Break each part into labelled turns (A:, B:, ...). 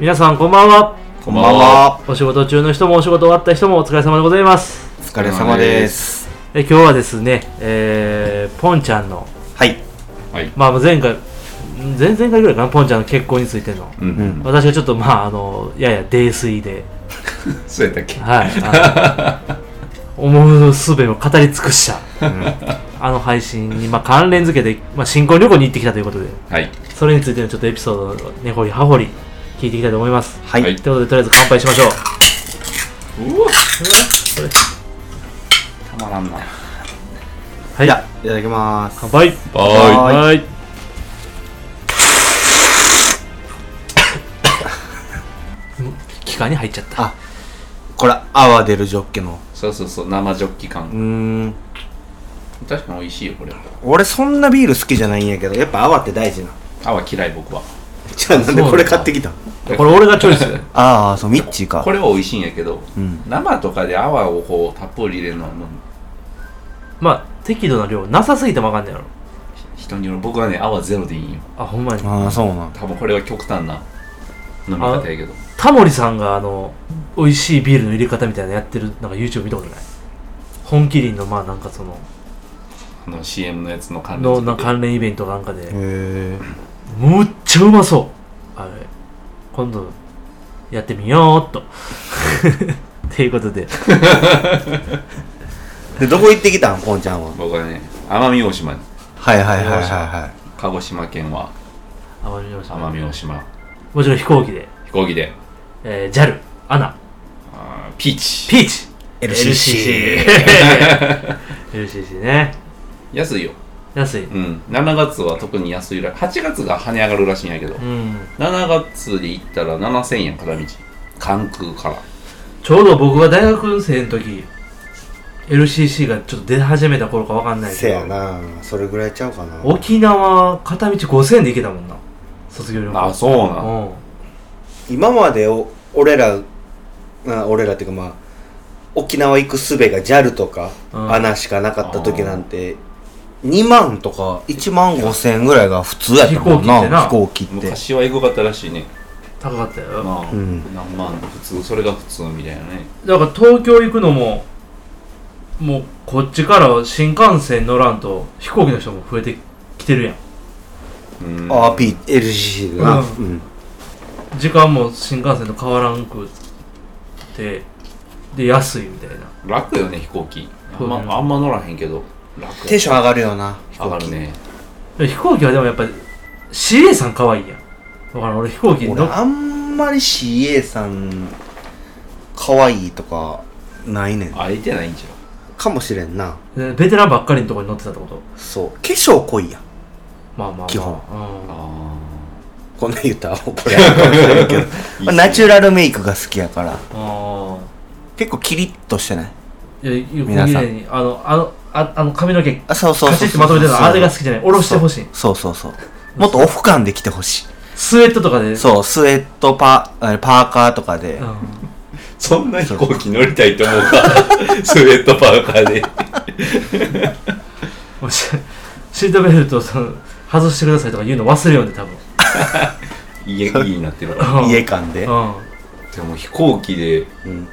A: 皆さんこんばんは
B: こんばんは。
A: お仕事中の人もお仕事終わった人もお疲れ様でございます
B: お疲れ様です。
A: え今日はですね、えー、ポンちゃんの、
B: はい。
C: はい。
A: まあ、前回ん前々回ぐらいかなポンちゃんの結婚についての
C: うん。
A: 私がちょっとまああのやや泥酔で
C: そうやったっけ
A: はいあの 思うすべを語り尽くした、あの配信に、まあ、関連付けて、まあ、新婚旅行に行ってきたということで
C: はい。
A: それについてのちょっとエピソードを根掘り葉掘り聞いていきたいと思います
B: はい。
C: はい
A: ということでとりあえず乾杯しましょう
C: うわ
B: たまらんな。
A: はいい
B: や、いただきます。
A: 乾杯
C: は
B: は
A: ーい気管に入っちゃった
B: あ、これ、泡出るジョッキの。
C: い。そうそうそう、生ジョッキ
B: う
C: 感。
B: ーん。
C: 確かに美味しいよ、これ。
B: 俺、そんなビール好きじゃないんやけど、やっぱ泡って大事な。
C: 泡嫌い、僕は。
B: じゃあ、なんでこれ買ってきた
A: これ俺が チョイス
B: ああ、そう、ミッチーか
C: これは美味しいんやけど、
B: うん。
C: 生とかで泡をこう、たっぷり入れるのはもう、
A: まあ適度な量なさすぎてもわかんないやろ
C: 人による。僕はね、泡ゼロでいいんよ。
A: あほんまに
B: ああ、そうなん。
C: 多分これは極端な飲み方やけど。
A: タモリさんがあの美味しいビールの入れ方みたいなのやってるなんか YouTube 見たことない本麒麟のまあなんかその
C: あの CM のやつの関連
A: のな
C: 付けで
A: 関連イベントなんかで
B: へえ。
A: むっちゃうまそうあれ今度やってみようっと っていうことで
B: で、どこ行ってきたんポンちゃんは。
C: 僕はね、奄美大島に。
B: はいはいはいはいは
C: 鹿児島県は
A: 奄美大島
C: 奄美大島。
A: もちろん飛行機で、
C: 飛行機で、
A: えー、JAL アナ
C: あーピーチ。
A: ピーチ
B: い。
A: LCC ね
C: 安いよ。
A: 安い
C: うん。7月は特に安いら、8月が跳ね上がるらしいんやけど
A: う。ん
C: 7月に行ったら7000円片道関空から
A: ちょうど僕が大学生の時 LCC がちょっと出始めた頃かわかんないけど
B: せやな。それぐらいちゃうかな。
A: 沖縄片道5000円で行けたもんな卒業旅行
C: あそうなの
A: うん
B: 今までお俺らあ俺らっていうかまあ沖縄行く術が JAL とか
A: うん
B: 穴しかなかった時なんて2万とか1万5千円ぐらいが普通やったもんな飛
A: 飛
B: 行機って
C: 昔はエグかったらしいね
A: 高かったよ、
C: まあ、
B: うん
C: 何万普通それが普通みたいなね
A: だから東京行くのももうこっちから新幹線乗らんと飛行機の人も増えてきてるやん
C: うん
B: ああ PLCC がな、
A: う
B: うん
A: 時間も新幹線と変わらんくてで安いみたいな
C: 楽よね飛行機あん,、
A: そうね
C: まあんま乗らへんけど楽
B: テンション上がるよな飛
C: 上
B: 行
C: が
B: 機
C: るね
A: で飛行機はでもやっぱ CA さん可愛いやんだから俺飛行機
B: 俺
A: 乗っ
B: あんまり CA さん可愛いとかないねん
C: 空いてないんちゃ
B: かもしれんな
A: でベテランばっかりのとこに乗ってたってこと
B: そう化粧濃いやん
A: まあまあまあ
B: 基本
A: う
C: う
A: ん
C: あ
B: こんなん言ったら怒られるかもしれん けど
C: あ
B: まあナチュラルメイクが好きやから
A: あ
B: 結構キリッとしてない
A: あいやいや
B: 皆さ
A: 小
B: ん
A: 綺麗にあのあのああの髪の毛
B: あそうそう
A: カチ
B: そう
A: ッてまとめてるのあれが好
B: き
A: きじゃない俺をしてほしい
B: そうそうそうもっとオフ感で来てほし
A: スウェットとかで
B: いそうスウェットパあパーカーとかで、
A: うん
C: そんな飛行機乗りたいと思うかスウェットパーカーで
A: もうしシートベルトをその外してくださいとか言うの忘れようね多分
C: 家家になってるから
A: うん
B: 家感で、
A: う
C: でも飛行機で
B: うん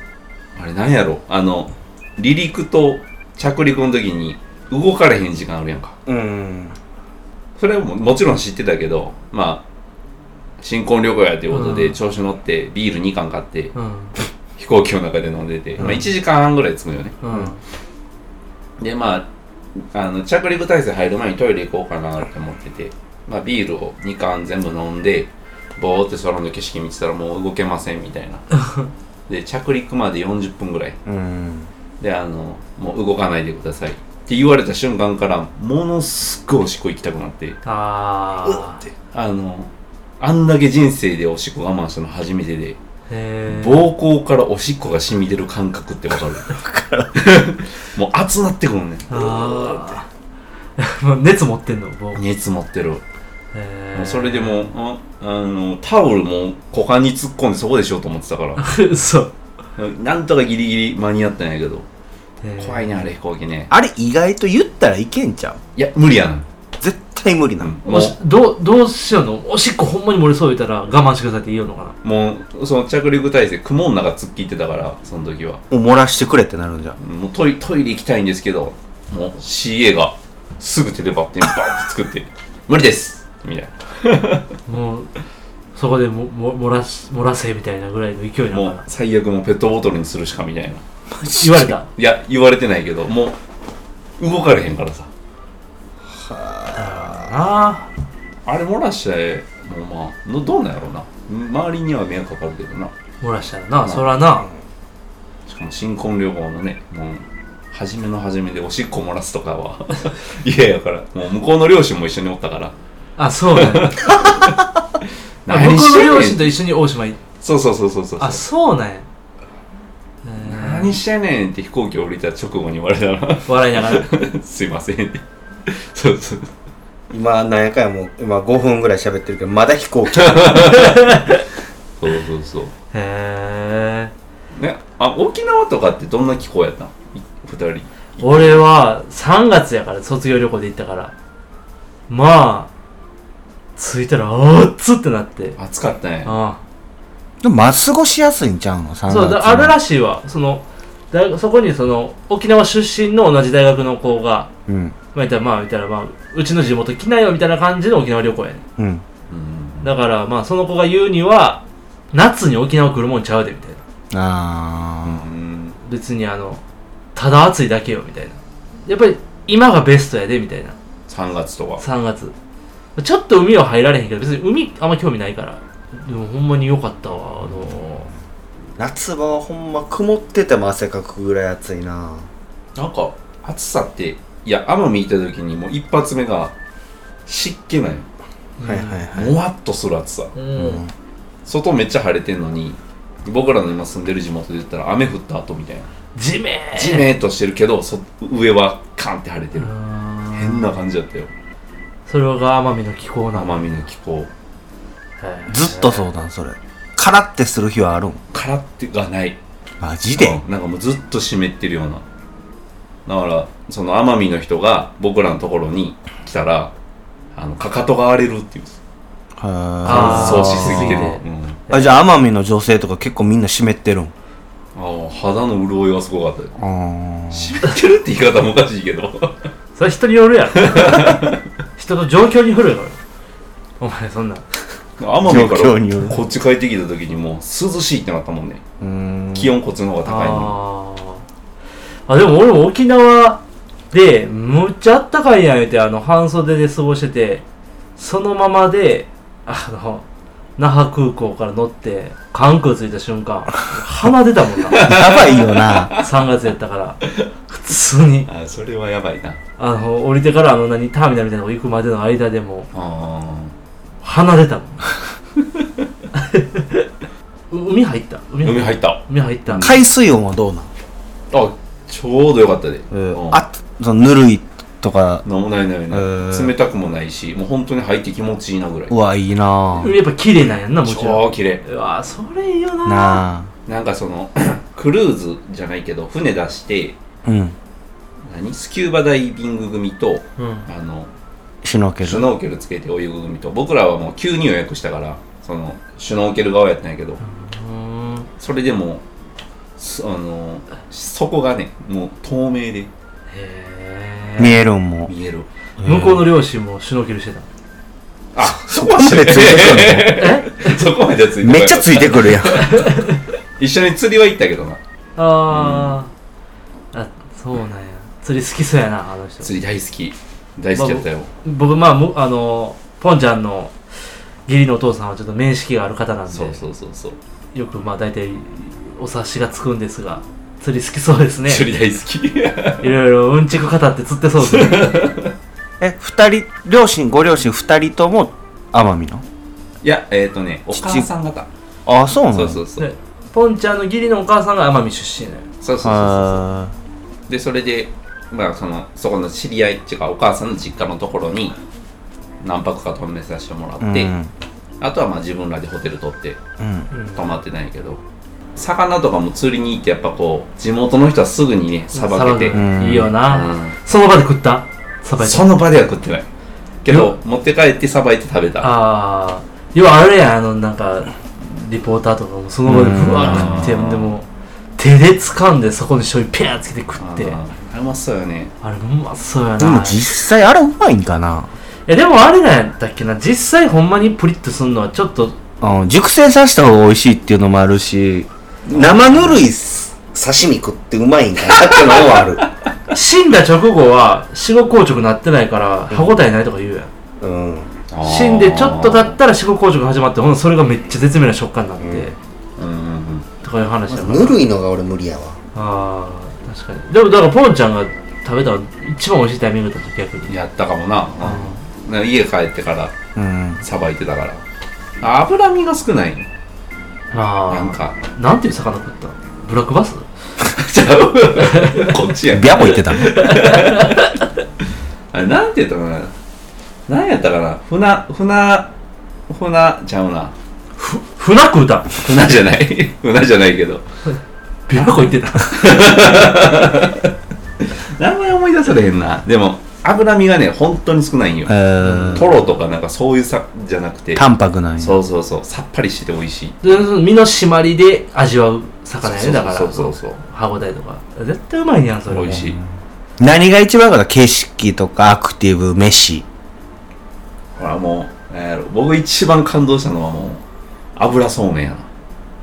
C: あれなんやろあの離陸と着陸の時に動かれへん時間あるやんか
B: うん
C: それはももちろん知ってたけどまあ新婚旅行やということで、
A: うん
C: 調子乗ってビール2缶買って
A: んうん
C: 飛行機の中で飲んでて、
A: うん
C: まあ、1時間半ぐらい着くのよね
A: うん
C: でまああの着陸体制入る前にトイレ行こうかなって思ってて、まあ、ビールを2缶全部飲んでボーって空の景色見てたらもう動けませんみた いなで着陸まで40分ぐらい
B: うん
C: であのもう動かないでくださいって言われた瞬間からものすごいおしっこ行きたくなって
A: あー
C: あのあんだけ人生でおしっこ我慢したの初めてで
A: へー
C: 膀胱からおしっこが染み出る感覚ってわかるもう熱なってくるね
A: あー もう熱持ってんのもう
C: 熱持ってるも
A: へ
C: う
A: ー
C: そ れでもうああのタオルも股間に突っ込んでそこでしようと思ってたか
A: そう
C: らなんとかギリギリ間に合ったんやけど
A: へー
C: 怖いねあれ飛行機ね
B: あれ意外と言ったらいけんちゃう
C: いや無理やな
B: 絶
D: 対無理なの、
C: も
A: おしどうどうしようのおしっこほんまに漏れそう言うたら我慢してくださいって言うのかな
C: うもうその着陸体制雲の中突っ切ってたからその時は
D: もう漏らしてくれってなるんじゃん
C: もうトイトイレ行きたいんですけどもう CA がすぐテレパってバーンって作って「無理です!」みたい
A: もうそこでもも漏らし漏らせみたいなぐらいの勢いな
C: な
A: の
C: も
A: か
C: う
A: な
C: 最悪もうペットボトルにするしかみたいな
A: 言われた
C: いや言われてないけどもう動かれへんからさ
A: あ
C: あれ漏らしてもうまあのどうなんやろうな周りには迷惑かかるけどな
A: 漏らしたらな、
C: ん
A: そらな
C: しかも新婚旅行のねもう初めの初めでおしっこ漏らすとかは 嫌やからもう向こうの両親も一緒におったから
A: あそうだ ねあ向こうの両親と一緒に大島行っ
C: そうそうそうそうそう
A: あそうなんやえー
C: 何してんねんって飛行機降りた直後に言われたら
A: 笑いながら
C: すいませんってそうそう
D: 今何やかんやもう今5分ぐらい喋ってるけどまだ飛 行機
C: そうそうそう
A: へえ
C: ねあ沖縄とかってどんな気候やったんい二人
A: 俺は3月やから卒業旅行で行ったからまあ着いたらあっつってなって
C: 暑かったね
A: あ
D: でもまあ過ごしやすいんちゃうの3
A: あ
D: 月
A: そうだあるらしいわその大学そこにその沖縄出身の同じ大学の子が
D: うん
A: まあ言ったらまあ言ったらまあうちの地元来ないよみたいな感じの沖縄旅行やね
D: うん
C: うん
A: だからまあその子が言うには夏に沖縄来るもんちゃうでみたいな
C: う
D: あ
C: ん
A: 別にあのただ暑いだけよみたいなやっぱり今がベストやでみたいな
C: 3月とか
A: 3月ちょっと海は入られへんけど別に海あんま興味ないからでもほんまに良かったわあの
D: ー夏場はほんま曇ってても汗かくぐらい暑いな
C: なんか暑さっていや奄美行った時にもう一発目が湿気ない
D: はいはいはい
C: もわっとする暑さ
A: うん、
D: うん
C: 外めっちゃ晴れてんのに僕らの今住んでる地元で言ったら雨降った後みたいな
A: 地面
C: ジメーっとしてるけどそ上はカンって晴れてる変
A: 変
C: な感じだったよ
A: それが奄美の気候なの、
C: 奄美の気候
A: へー
D: ずっとそうなんそれカラッてする日はあるん
C: からってがない
D: マジで
C: うんなんかもうずっと湿ってるようなだからその奄美の人が僕らのところに来たらあのかかとが荒れるっていう乾
A: あー
C: 燥しすぎて
A: あ
C: る、
A: ー
C: うん、
D: あじゃあ奄美の女性とか結構みんな湿ってるん
C: あー肌の潤いはすごかったよ
D: あ
C: 湿ってるって言い方もおかしい けど
A: それ人に よるやろ人の状況によるやろお前そんな
C: 奄美か
D: 状況による
C: らこっち帰ってきた時にもう涼しいってなったもんね
D: うん
C: 気温こっちの方が高いの
A: あーあでも俺も沖縄でむっちゃあったかいやん言うてあの半袖で過ごしててそのままであの那覇空港から乗って関空着いた瞬間鼻出たもんな
D: やばいよな
A: 3月やったから普通に
C: あーそれはやばいな
A: あの降りてからあの何ターミナルみたいなとこ行くまでの間でも
C: あ
A: 鼻出たもんう 海入った
C: ー
A: 海
C: 海
A: 入った
C: 入った
A: 海入った
D: 海水温はどうなん、
C: あちょうどよかったで、うん
D: あそのぬるいとか
C: なんもないないない、
D: えー
C: 冷たくもないしもう本当に入って気持ちいいなぐらいう
D: わいいな
A: 海やっぱ綺麗なんやんなもちろん
C: 超綺麗
A: うわそれいいよな
D: なあ
C: なんかその クルーズじゃないけど船出して
D: うん
C: 何スキューバダイビング組と
A: うん
C: あの
D: シュノーケ
C: シュ
D: ル
C: ノーケルつけて泳ぐ組と僕らはもう急に予約したからそのシュノーケル側やったんやけどそれでもそあの底がねもう透明で
A: へ
D: 見えるんも
C: 見える
A: ー向こうの両親もシュノーケルしてた
C: あそこ
D: までついて
A: え
C: そこまでついて
D: めっちゃついてくるやん
C: 一緒に釣りは行ったけどな
A: あーあそうなんや釣り好きそうやなあの人
C: 釣り大好き大好きだったよ、
A: 僕まあむあのポンちゃんの義理のお父さんはちょっと面識がある方なんで
C: そうそうそうそう
A: よくまあ大体お察しがつくんですが釣り好きそうですね
C: 釣り大好
A: いろいろうんちく語って釣ってそうです ね
D: え二人両親ご両親二人とも奄美の
C: き いやえっ、ー、とねお母さん方
D: あそうなん
C: そうそうそう
A: でポンちゃんの義理のお母さんが奄美出身なのよ
C: そうそうそう
D: あ
C: そうでそれでまあそのそこの知り合いっていうかお母さんの実家のところに何泊か泊めさせてもら
D: ー
C: って、
D: うん
C: あとはまあ自分らでホテル取って
D: うん
C: 泊まってないけど魚とかも釣りに行ってやっぱこう地元の人はすぐにねさばけ
A: 捌
C: て、
A: く
D: うん
A: いいよな、
C: うん
A: その場で食ったさばいて
C: その場では食ってないけど、持って帰ってさばいて食べた。
A: ああ要はあれやんあのなんかリポーターとかもその場で
C: うん
A: ぶわー食ってでも手で掴んでそこに醤油ペアつけて食って
C: あーうまそうよね。
A: あれうまそうや
B: でも
A: な
B: 実際あれうまいんかな
A: えでもあれなんやったっけな実際ほんまにプリッとすんのはちょっと
B: うん、熟成させた方が美味しいっていうのもあるし、
D: 生ぬるい刺身食ってうまいんかなっていうのも ある。
A: 死んだ直後は死後硬直なってないから歯応えないとか言うやん
D: うん。
A: 死んでちょっと経ったら死後硬直始まってほんならそれがめっちゃ絶妙な食感になって、
D: うん
C: うんうんうん。
A: とかいう話やから
D: ぬるいのが俺無理やわ。
A: ああ確かにでもだからポンちゃんが食べたの一番美味しいタイミングだった逆に
C: やったかもな、うん家帰ってから
B: うん。
C: さばいてたから脂身が少ない
A: ああ
C: なんか
A: なんていう魚食ったのブラックバス
C: ちゃうこっちや
B: ビャボ言ってた の。
C: あれなんて言ったかな何やったかな船船船ちゃうな
A: ふ船食うたん
C: 船じゃない 船じゃないけど
A: 琵琶湖行ってた
C: 名前思い出されへんなでも脂身がね本当に少ないんよ
B: えー、
C: トロとかなんかそういうさじゃなくて
B: 淡白なんや。
C: そうそうそうさっぱりしてて美味しい
A: でその身の締まりで味わう魚やねだから
C: そうそうそう
A: 歯応えとか絶対うまいやんそ
C: そう
A: れ
C: 美味しい
B: 何が一番かな景色とかアクティブ、飯。
C: ほらもうなんやろ僕一番感動したのはもう油そうめんやな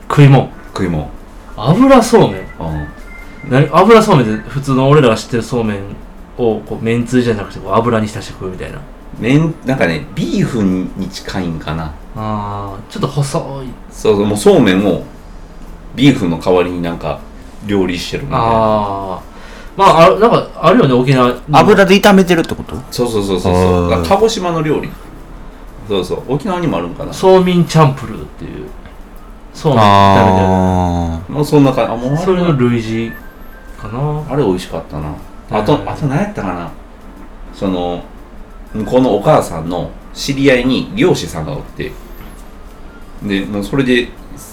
A: 食いもん
C: 食いもん
A: 油そうめん
C: うん
A: 何油そうめんって普通の俺らが知ってるそうめんをこうめんつゆじゃなくてこう油に浸して食うみたいな
C: 麺なんかねビーフに近いんかな
A: あーちょっと細い
C: そうそうもうそうめんをビーフの代わりになんか料理してるみたいな
A: ああまああなんかあるよね沖縄にも
B: 油で炒めてるってこと
C: そうそうそうそう
B: あ
C: そ
B: ー
C: うだから鹿児島の料理そうそう沖縄にもあるんかな
A: そうみんチャンプルーっていうそうめん食べてる
B: あ
C: もうそんな感じあもうあ
A: それ
C: れ
A: の類似かな
C: あれ美味しかったなあ
A: う
C: と
A: ん
C: あと何やったかなその向こうのお母さんの知り合いに漁師さんがおってでもうそれで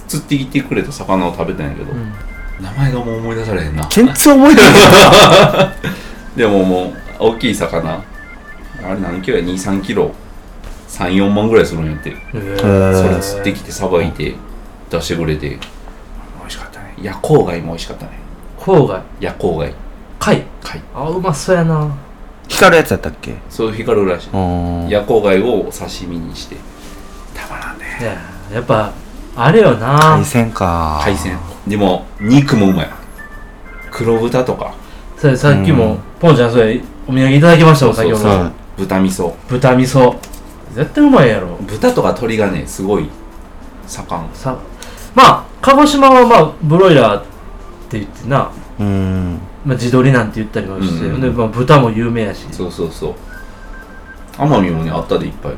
C: 釣ってきてくれた魚を食べたんやけど、
A: うん
C: 名前がもう思い出されへんな
B: ー。全然覚え てない。
C: でももう大きい魚あれ何キロや23キロ34万ぐらいするんやって
A: へー
C: それ
B: え
C: 釣ってきてさばいて出してくれて美味しかったね夜光貝も美味しかったね
A: 郊外
C: 夜光貝
A: 貝
C: 貝
A: あうまそうやな
B: ー、光るやつやったっけ
C: そういう光るらしい
B: うん。
C: 夜光貝を刺身にしてたまらんね
A: いややっぱあれよな
B: 海鮮か。
C: 海鮮。でも肉もうまい黒豚とか
A: それさっきも、
B: うん
A: ポンちゃんそれお土産いただきましたもん先ほど
C: そう
B: そう
C: 豚味噌
A: 豚味噌絶対うまいやろ
C: 豚とか鶏がねすごい盛ん
A: さまあ鹿児島はまあブロイラーって言ってな、
B: うん。
A: まあ、地鶏なんて言ったりもして、
C: うんうん
A: でまあ、豚も有名やし
C: そうそうそう奄美もねあったでいっぱい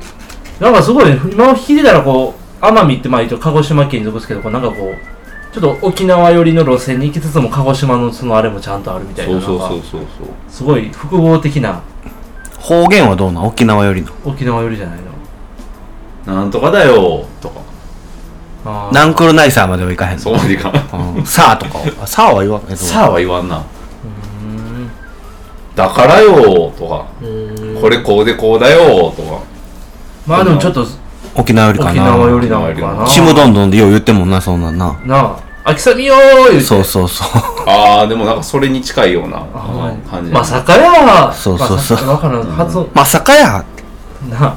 A: なんかすごいね今を聞いてたらこう奄美ってまあ一応鹿児島県に属すけどこうなんかこうちょっと沖縄寄りの路線に行きつつも鹿児島のそのあれもちゃんとあるみたいな
C: そうそう
A: な
C: そ
A: ん
C: う
A: か
C: そうそう
A: すごい複合的な
B: 方言はどうなん沖縄よりの。
A: 沖縄寄りじゃないの
C: なんとかだよとか
A: あー
B: ナンクルナイサーまではいかへんの
C: そうまでいかん
B: うんさあとか は。さあは言わんけど。
C: さあは言わんな
A: うーん
C: だからよとかこれこうでこうだよとか
A: まあでもちょっと
B: 沖縄よりかな。
A: 沖縄よりなの
C: 沖縄
A: か
C: よ
A: な
C: り
B: ちむどんどんでよう言ってんもんな、そんなんな。
A: なあ秋さみよー言うて
B: そうそうそう。
C: ああでもなんかそれに近いような
A: あほんまに
C: 感じ
A: まさかやー
B: そうそうそ
A: まさ
B: う
A: かわからん発音
B: まさかや
A: なあ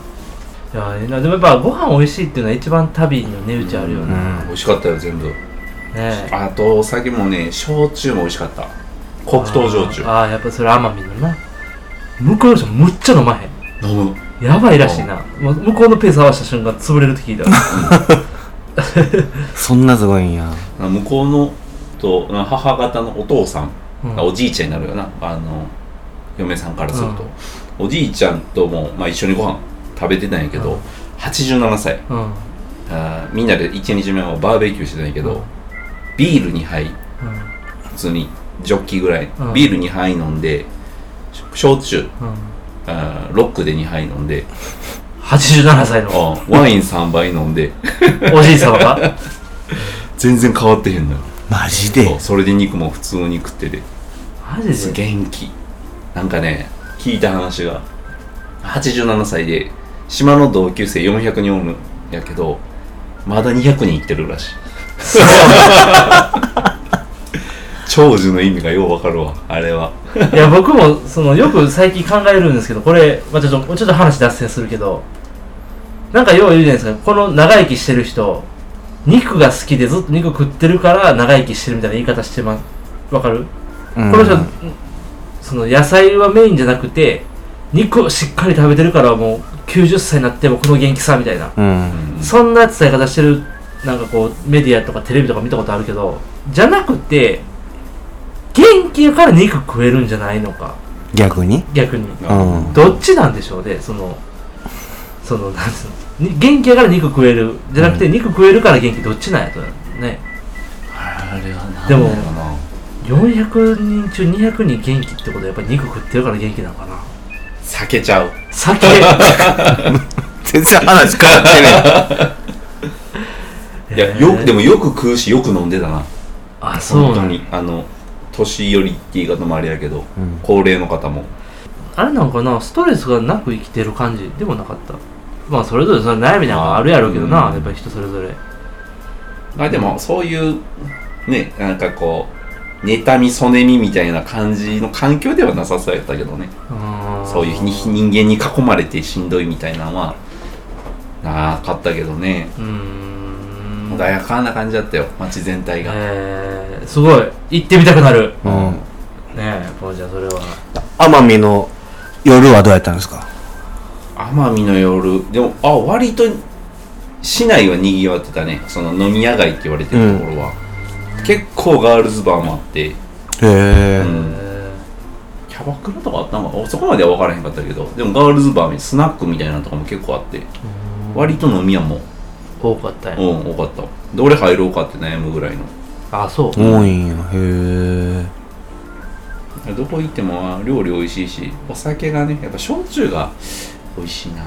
A: いやええなでもやっぱご飯美味しいっていうのは一番旅の値打ちあるよね,、
B: うん
C: 美味しかったよ全部
A: ねえ
C: あとお酒もね焼酎も美味しかった黒糖焼酎
A: あーあーやっぱそれ奄美のな向こうの人むっちゃ飲まへん
C: 飲む
A: やばいらしいなもう向こうのペース合わせた瞬間潰れるって聞い た
B: そんなすごいんや。
C: 向こうのと母方のお父さん、
A: うん
C: おじいちゃんになるよなあの嫁さんからすると、おじいちゃんとも、まあ、一緒にご飯食べてたんやけど、
A: うん
C: 87歳
A: うん、うん、
C: あーみんなで1日目はバーベキューしてたんやけど、ビール2杯普通にジョッキぐらい、
A: うん
C: ビール2杯飲んでし焼酎
A: うん、
C: あーロックで2杯飲んで、
A: 87歳の
C: あーワイン3杯飲んで
A: おじい様が
C: 全然変わってへんのよ
B: マジ
C: そ
B: で
C: う。それで肉も普通に食ってて
A: マジで
C: 元気なんかね聞いた話が87歳で島の同級生400人おるんやけどまだ200人いってるらしい 長寿の意味がようわかるわあれはい
A: や僕もそのよく最近考えるんですけどこれ、まあ、ちょっとちょっと話脱線するけどなんかよう言うじゃないですかこの長生きしてる人肉が好きでずっと肉食ってるから長生きしてるみたいな言い方してますわかる、
B: うん
A: この人その野菜はメインじゃなくて肉をしっかり食べてるからもう90歳になってもこの元気さみたいな
B: うん。
A: そんな伝え方してるなんかこうメディアとかテレビとか見たことあるけどじゃなくて元気やから肉食えるんじゃないのか
B: 逆に
A: 逆に
B: うん
A: どっちなんでしょうねそのそのなんつうのに元気やから肉食えるじゃなくて、肉食えるから元気どっちなんやとね
C: あれはなん
A: でも
C: だろうな
A: 400人中200人元気ってことはやっぱり肉食ってるから元気なのかな
C: 避けちゃう
A: 酒
B: 全然話変わってね
C: いやよくでもよく食うしよく飲んでたな
A: あそう
C: 本
A: な
C: 当
A: んや
C: にあの年寄りって言い方もあれやけど、
B: うん
C: 高齢の方も
A: あれなんかなストレスがなく生きてる感じでもなかったまあそれぞれその悩みなんかあるやろうけどな、
C: うん
A: やっぱり人それぞれ
C: まあでもそういうねなんかこう妬みそねみみたいな感じの環境ではなさそうやったけどねそういうに人間に囲まれてしんどいみたいなのはなかったけどね
A: うーん
C: 穏やかな感じだったよ街全体が、
A: えー、すごい行ってみたくなる
B: うん。
A: ねえポンちゃんそれは
B: 奄美の夜はどうやったんですか
C: 奄美の夜でもあ割と市内はにぎわってたねその飲み屋街って言われてるところは、結構ガールズバーもあって、
B: へえ
C: うん
A: え
C: キャバクラとかあったのかおそこまでは分からへんかったけどでもガールズバーにスナックみたいなのとかも結構あって割と飲み屋も
A: ー、多かったん
C: う
A: や
C: ん多かったどれ入ろうかって悩むぐらいの
A: あそう、
B: 多いんや。へえ。
C: どこ行ってもまあ料理美味しいしお酒がねやっぱ焼酎が美味しいな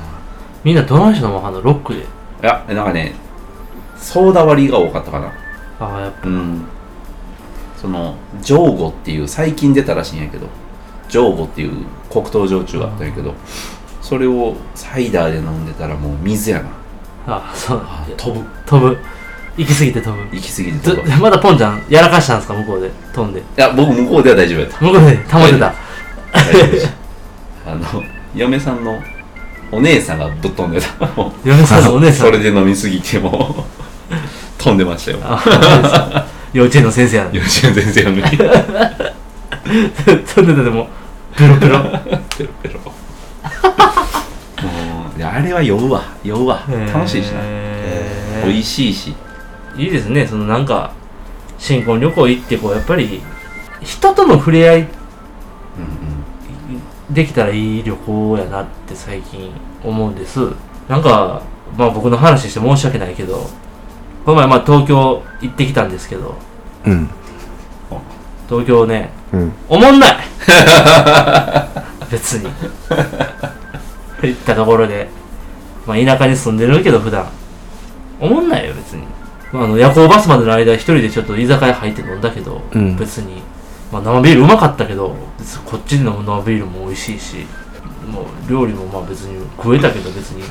A: みんなどないして飲まはんのロックで
C: いやなんかねソーダ割りが多かったかな
A: ああやっぱ
C: うんそのジョーゴっていう最近出たらしいんやけどジョーゴっていう黒糖焼酎があったんやけどそれをサイダーで飲んでたらもう水やな
A: ああそう
C: あ飛ぶ
A: 飛ぶ行き過ぎて飛ぶ
C: 行き過ぎて
A: ず
C: 飛ぶい
A: まだポンちゃんやらかしたんですか向こうで飛んで
C: や僕向こうでは大丈夫やった
A: 向こうで保 てた
C: 大丈夫でしたあの嫁さんのお姉さんがぶっ飛んで たもう
A: 嫁さんのお姉さん
C: それで飲みすぎてもう飛んでましたよ
A: あお姉さん幼稚園の先生やな
C: 幼稚園先生のに
A: 飛んでたでもペロペロ
C: ペロペロもういやあれは酔うわ酔うわ 楽しいしな、
A: えー
C: 美味しいし
A: いいですねそのなんか新婚旅行行ってこうやっぱり人との触れ合い
C: うんうん
A: できたらいい旅行やなって最近思うんですなんかまあ僕の話して申し訳ないけどこの前まあ東京行ってきたんですけど
B: うん。
A: 東京ね
B: うん。
A: おもん ない別に行ったところで、まあ、田舎に住んでるけど普段おもんないよ別に、まあ、あの夜行バスまでの間一人でちょっと居酒屋入って飲んだけど、
B: うん
A: 別に、まあ、生ビールうまかったけど別にこっちで飲む生ビールも美味しいしもう料理もまあ別に食えたけど別に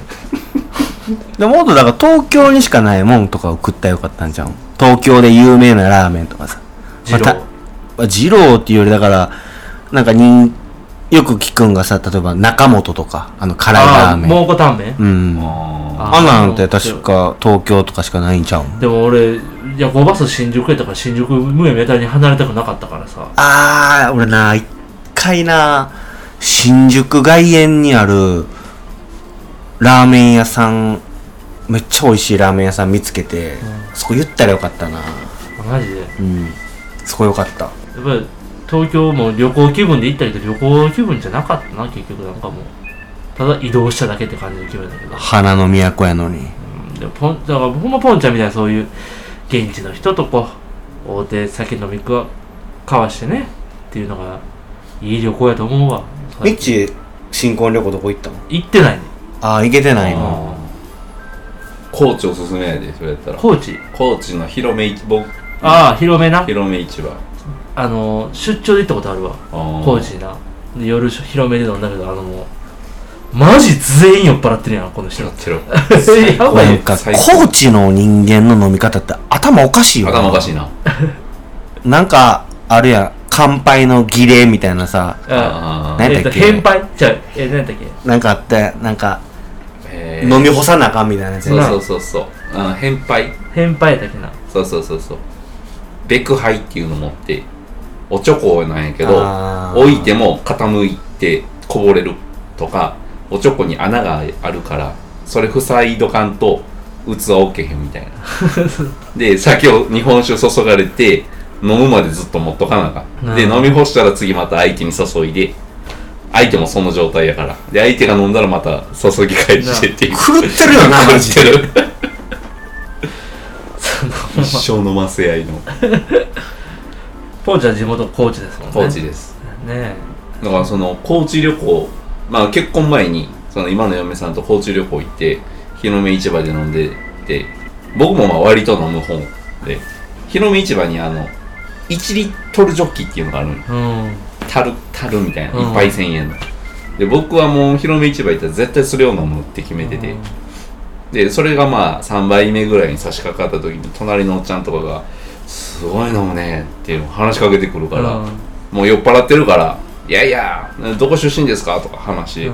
B: でもっとだから東京にしかないもんとかを食ったらよかったんじゃん。東京で有名なラーメンとかさ。
A: 二郎、
B: ままあ、二郎っていうよりだから、なんかに、よく聞くんがさ、例えば中本とか、あの辛いラ
A: あ
B: ー
A: あ
B: メン。
A: 蒙古タンメン
B: うん。
C: あ
B: あなんて確か東京とかしかないんちゃうん
A: でも俺夜行バス新宿やったから新宿むやみやたらに離れたくなかったからさ
B: あー、俺な、一回な、新宿外苑にある、ラーメン屋さん、めっちゃ美味しいラーメン屋さん見つけて、そこ言ったらよかったな。
A: マジで
B: うん。そこよかった。
A: やっぱり東京も旅行気分で行ったけど旅行気分じゃなかったな結局なんかもうただ移動しただけって感じの気分だけど、
B: 花の都やのに。
A: うん、でポンだからほんまポンちゃんみたいなそういう現地の人とこう大手酒飲み交わしてねっていうのがいい旅行やと思うわ
D: ミッチ新婚旅行どこ行ったの
A: 行ってないね
B: あー、行けてないの。
C: あ高知おすすめやでそれやったら
A: 高知
C: 高知の広め市僕
A: ああ広めな
C: 広め市場
A: あの出張で行ったことあるわ
C: あー
A: 高知なで夜広めで飲んだけどあのもうマジ全員酔っ払ってるやん、この 人
C: やっ。 てろ。
A: やばい
B: なん
A: よ。
B: か、
C: 最高
B: 高知の人間の飲み方って頭おかしいよな。
C: 頭おかしいな。
B: なんか、あるやん。乾杯の儀礼みたいなさ、
A: あ
C: あ
B: ね
C: ー
A: えっと、
B: 何だっけ
A: 返杯じゃあ、え、何だっけ
B: なんかあって、なんか、
C: えー
B: 飲み干さなあかんみたいなやつ
C: そうそうそうそう。うん、返杯。
A: 返杯だっけな。
C: そうそうそうそう。ベクハイっていうの持って、おちょこなんやけど、
B: あー
C: 置いても傾いてこぼれるとか、おちょこに穴があるから、それ塞いどかんと、器置けへんみたいな。で、酒を日本酒注がれて、飲むまでずっと持っとかなあかん。で、
A: うん
C: 飲み干したら次また相手に注いで、相手もその状態やから。で、相手が飲んだらまた注ぎ返してっていう。
B: 狂ってるよな、マジで。
C: で。
A: その
C: 一生飲ませ合いの
A: ポーチは地元高知ですもんね。
C: コーチです。
A: ね
C: だからその高知旅行、まあ結婚前にその今の嫁さんと高知旅行行って、日の目市場で飲んでて、僕もまあ割と飲む方で、日の目市場にあの、1リットルジョッキっていうのがあるのよ。
A: え。うん。
C: 樽、樽みたいな。
A: うん
C: 一杯1000円の。で、僕はもう広め市場行ったら絶対それを飲むって決めてて。で、それがまあ3杯目ぐらいに差し掛かった時に、隣のおっちゃんとかが、すごい飲むねっていうのを話しかけてくるから、
A: うん
C: もう酔っ払ってるから、いやいや、どこ出身ですかとか話で、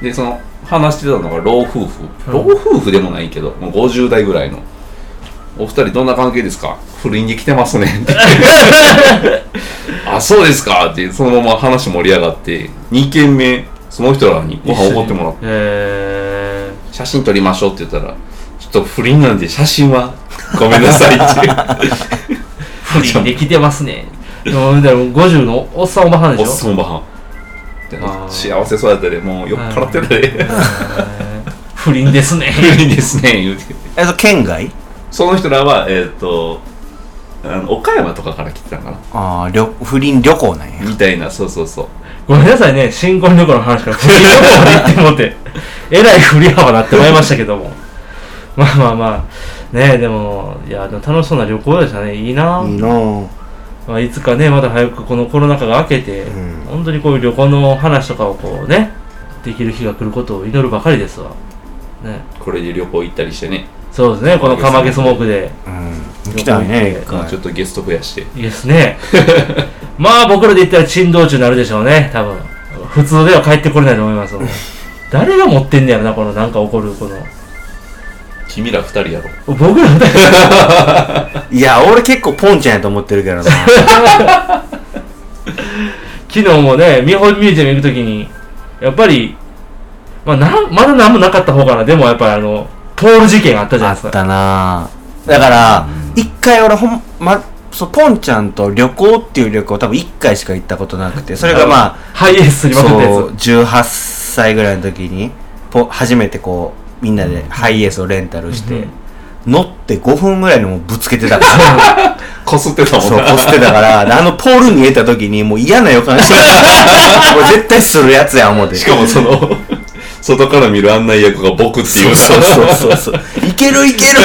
C: で、その話してたのが老夫婦、
A: うん
C: 老夫婦でもないけど、もう50代ぐらいの、お二人どんな関係ですか不倫に来てますね って。あ、そうですかって、そのまま話盛り上がって、2軒目、その人らにご飯おごってもらって、
A: え
C: 写真撮りましょうって言ったら、ちょっと不倫なんで写真はごめんなさいって。
A: ー、不倫できてます ね。でも、でも50のおっさんおばはん
C: お
A: で
C: っ
A: しょ。
C: そんばはんで
A: あー
C: 幸せそうやったでもう酔っ払ってた
A: へ
C: で
A: ー不倫ですね。
C: 不倫ですね言うて
B: え、そう、県外
C: その人らはえっ、とあの岡山とかから来てたのかな
B: ああ、旅不倫旅行なんや。
C: みたいなそうそうそう
A: ごめんなさいね、新婚旅行の話から不倫旅行まで行ってもって、えらい振り幅なってまいりましたけども。まあまあまあ、ねえ、でも、いや、でも楽しそうな旅行でしたね。いいな。
B: いいなぁ。
A: まあ、いつかね、まだ早くこのコロナ禍が明けて、
B: うん
A: 本当にこういう旅行の話とかをこうね、できる日が来ることを祈るばかりですわ。ね。
C: これで旅行行ったりしてね、
A: そうですね、このカマゲスモークで。
B: うん。行きたいね、一
C: まあ
B: 回
C: ちょ。っとゲスト増やして
A: いいですね。 まあ僕らで言ったら珍道中になるでしょうね、多分。普通では帰ってこれないと思います。誰が持ってんねやろな、このなんか起こる、この。
C: 君ら二人やろ
A: 僕らだ け
B: いや、俺結構ポンちゃんやと思ってる けどな。
A: 昨日もね、見本ミュージアム行くときに、やっぱり、まあなん、まだ何もなかった方かな。でもやっぱりあの、ポール事件あったじゃな
B: あ
A: いです
B: っ
A: か。
B: たなぁ。だから、一回俺ほん、ま、そう、ポンちゃんと旅行っていう旅行多分一回しか行ったことなくて、それがまあ、
A: ハイエースにまくったや
B: そう
A: つ。
B: 18歳ぐらいの時にポ初めてこうみんなでハイエースをレンタルして、乗って5分ぐらいにもうぶつけてたから
C: こすってたもん
B: そう
C: な
B: こすってたからであのポールに入れた時にもう嫌な予感して たこれ絶対するやつや思って
C: しかもその外から見る案内役が僕ってい
B: そう
C: う
B: そう そうそうそういけるいけるって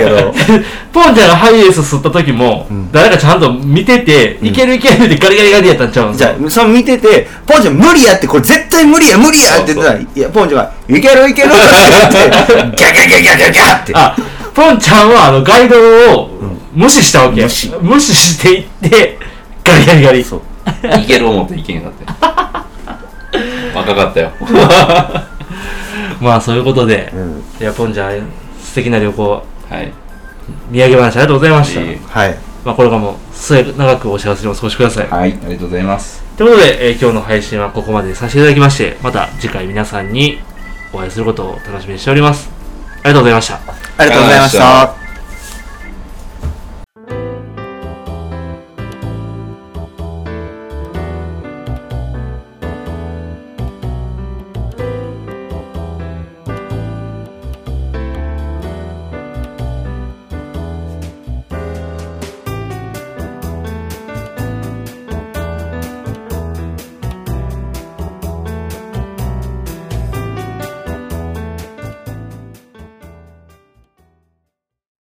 B: 言ってたけど
A: ポンちゃんがハイエース吸った時も、誰かちゃんと見てて、いけるいけるってガリガリガリやったんちゃうん
B: じゃあその見ててポンちゃん無理やってこれ絶対無理や無理やって言ってたらいやポンちゃんがいけるいけるって 言ってギャギャギャギャギャギャって
A: あ、ポンちゃんはあのガイドを無視したわけ。
B: 無視
A: 視していって、ガリガリガリ。
B: そう
C: いける思っていけんかって 若かったよ
A: まあそういうことで、
B: ん
A: いや、ポンちゃん、素敵な旅行、
C: はい
A: 土産話ありがとうございました。
C: いい
B: はい
A: まあこれからも末長くお幸せにお過ごしください。
C: はいありがとうございます
A: ということで、えー今日の配信はここまでさせていただきまして、また次回皆さんにお会いすることを楽しみにしております。ありがとうございました。
B: ありがとうございまし
C: ありがとうございました
B: た。